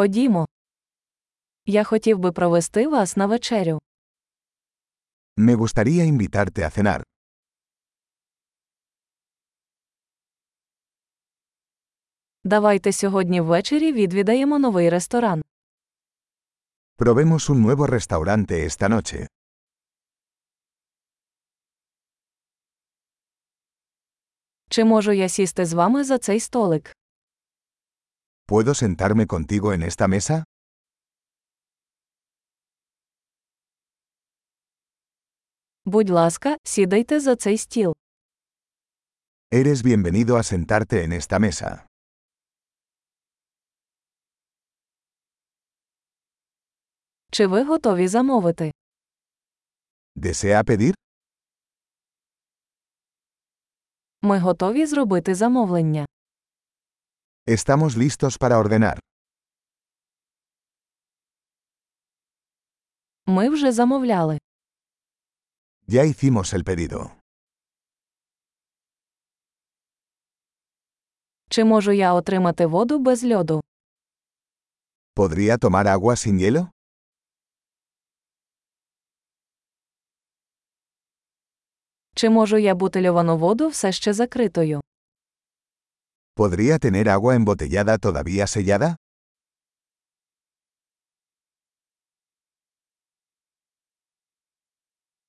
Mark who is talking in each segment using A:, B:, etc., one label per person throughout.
A: Ходімо. Я хотів би провести вас на вечерю.
B: Me gustaría invitarte a cenar.
A: Давайте сьогодні ввечері відвідаємо новий ресторан.
B: Probemos un nuevo restaurante esta noche.
A: Чи можу я сісти з вами за цей столик?
B: ¿Puedo sentarme contigo en esta mesa?
A: Будь ласка, сідайте за цей стіл.
B: Eres bienvenido a sentarte en esta mesa.
A: Чи ви готові замовити?
B: ¿Desea pedir?
A: Ми готові зробити замовлення.
B: Estamos listos para ordenar.
A: Ми вже замовляли.
B: Ya hicimos el pedido.
A: Чи можу я отримати воду без льоду?
B: ¿Podría tomar agua sin hielo?
A: Чи можу я бутильовану воду все ще закритою?
B: ¿Podría tener agua embotellada todavía sellada?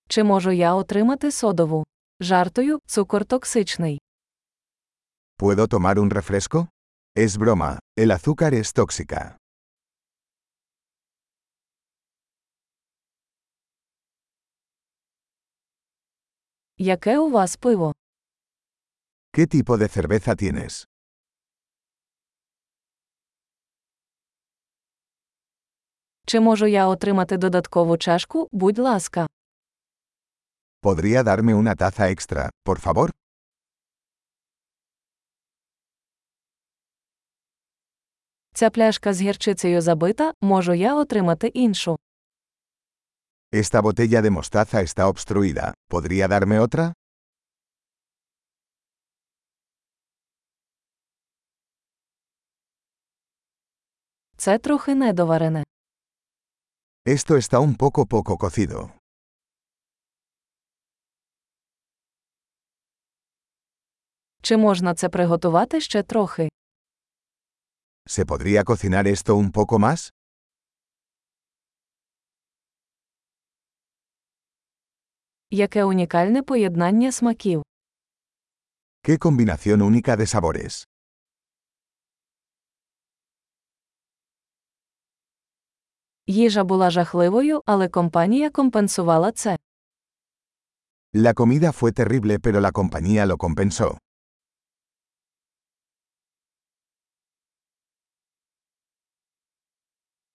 A: Чи можу я отримати содову? Жартою, цукор токсичний.
B: ¿Puedo tomar un refresco? Es broma, el azúcar es tóxica.
A: Яке у вас пиво?
B: ¿Qué tipo de cerveza tienes?
A: Чи можу я отримати додаткову чашку, будь ласка.
B: ¿Podría darme una taza extra, por favor?
A: Ця пляшка з гірчицею забита, можу я отримати іншу.
B: Esta botella de mostaza está obstruida. ¿Podría darme otra?
A: Це трохи недоварене.
B: Esto está un poco poco cocido.
A: Чи можна це приготувати ще трохи?
B: ¿Se podría cocinar esto un poco más?
A: Яке унікальне поєднання смаків.
B: ¡Qué combinación única de sabores!
A: Їжа була жахливою, але компанія компенсувала це.
B: La comida fue terrible pero la compañía lo compensó.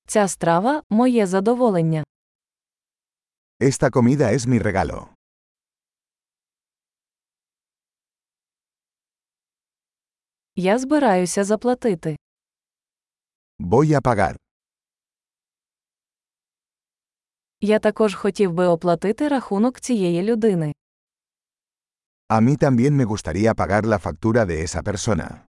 A: Ця страва моє задоволення.
B: Esta comida es mi regalo.
A: Я збираюся заплатити.
B: Voy a pagar.
A: Я також хотів би оплатити рахунок цієї людини.
B: A mí también me gustaría pagar la factura de esa persona.